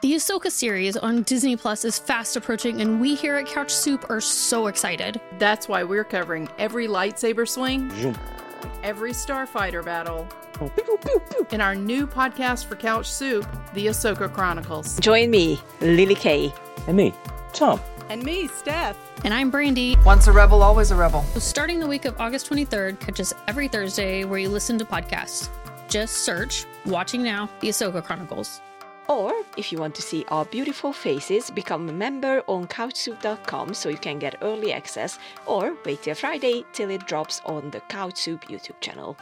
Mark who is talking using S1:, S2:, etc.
S1: The Ahsoka series on Disney Plus is fast approaching, and we here at Couch Soup are so excited.
S2: That's why we're covering every lightsaber swing, every starfighter battle, in our new podcast for Couch Soup, The Ahsoka Chronicles.
S3: Join me, Lily Kay.
S4: And me, Tom.
S2: And me, Steph.
S1: And I'm Brandy.
S5: Once a rebel, always a rebel.
S1: So starting the week of August 23rd, catch us every Thursday where you listen to podcasts. Just search Watching Now, The Ahsoka Chronicles.
S3: Or if you want to see our beautiful faces, become a member on couchsoup.com so you can get early access or wait till Friday till it drops on the Couchsoup YouTube channel.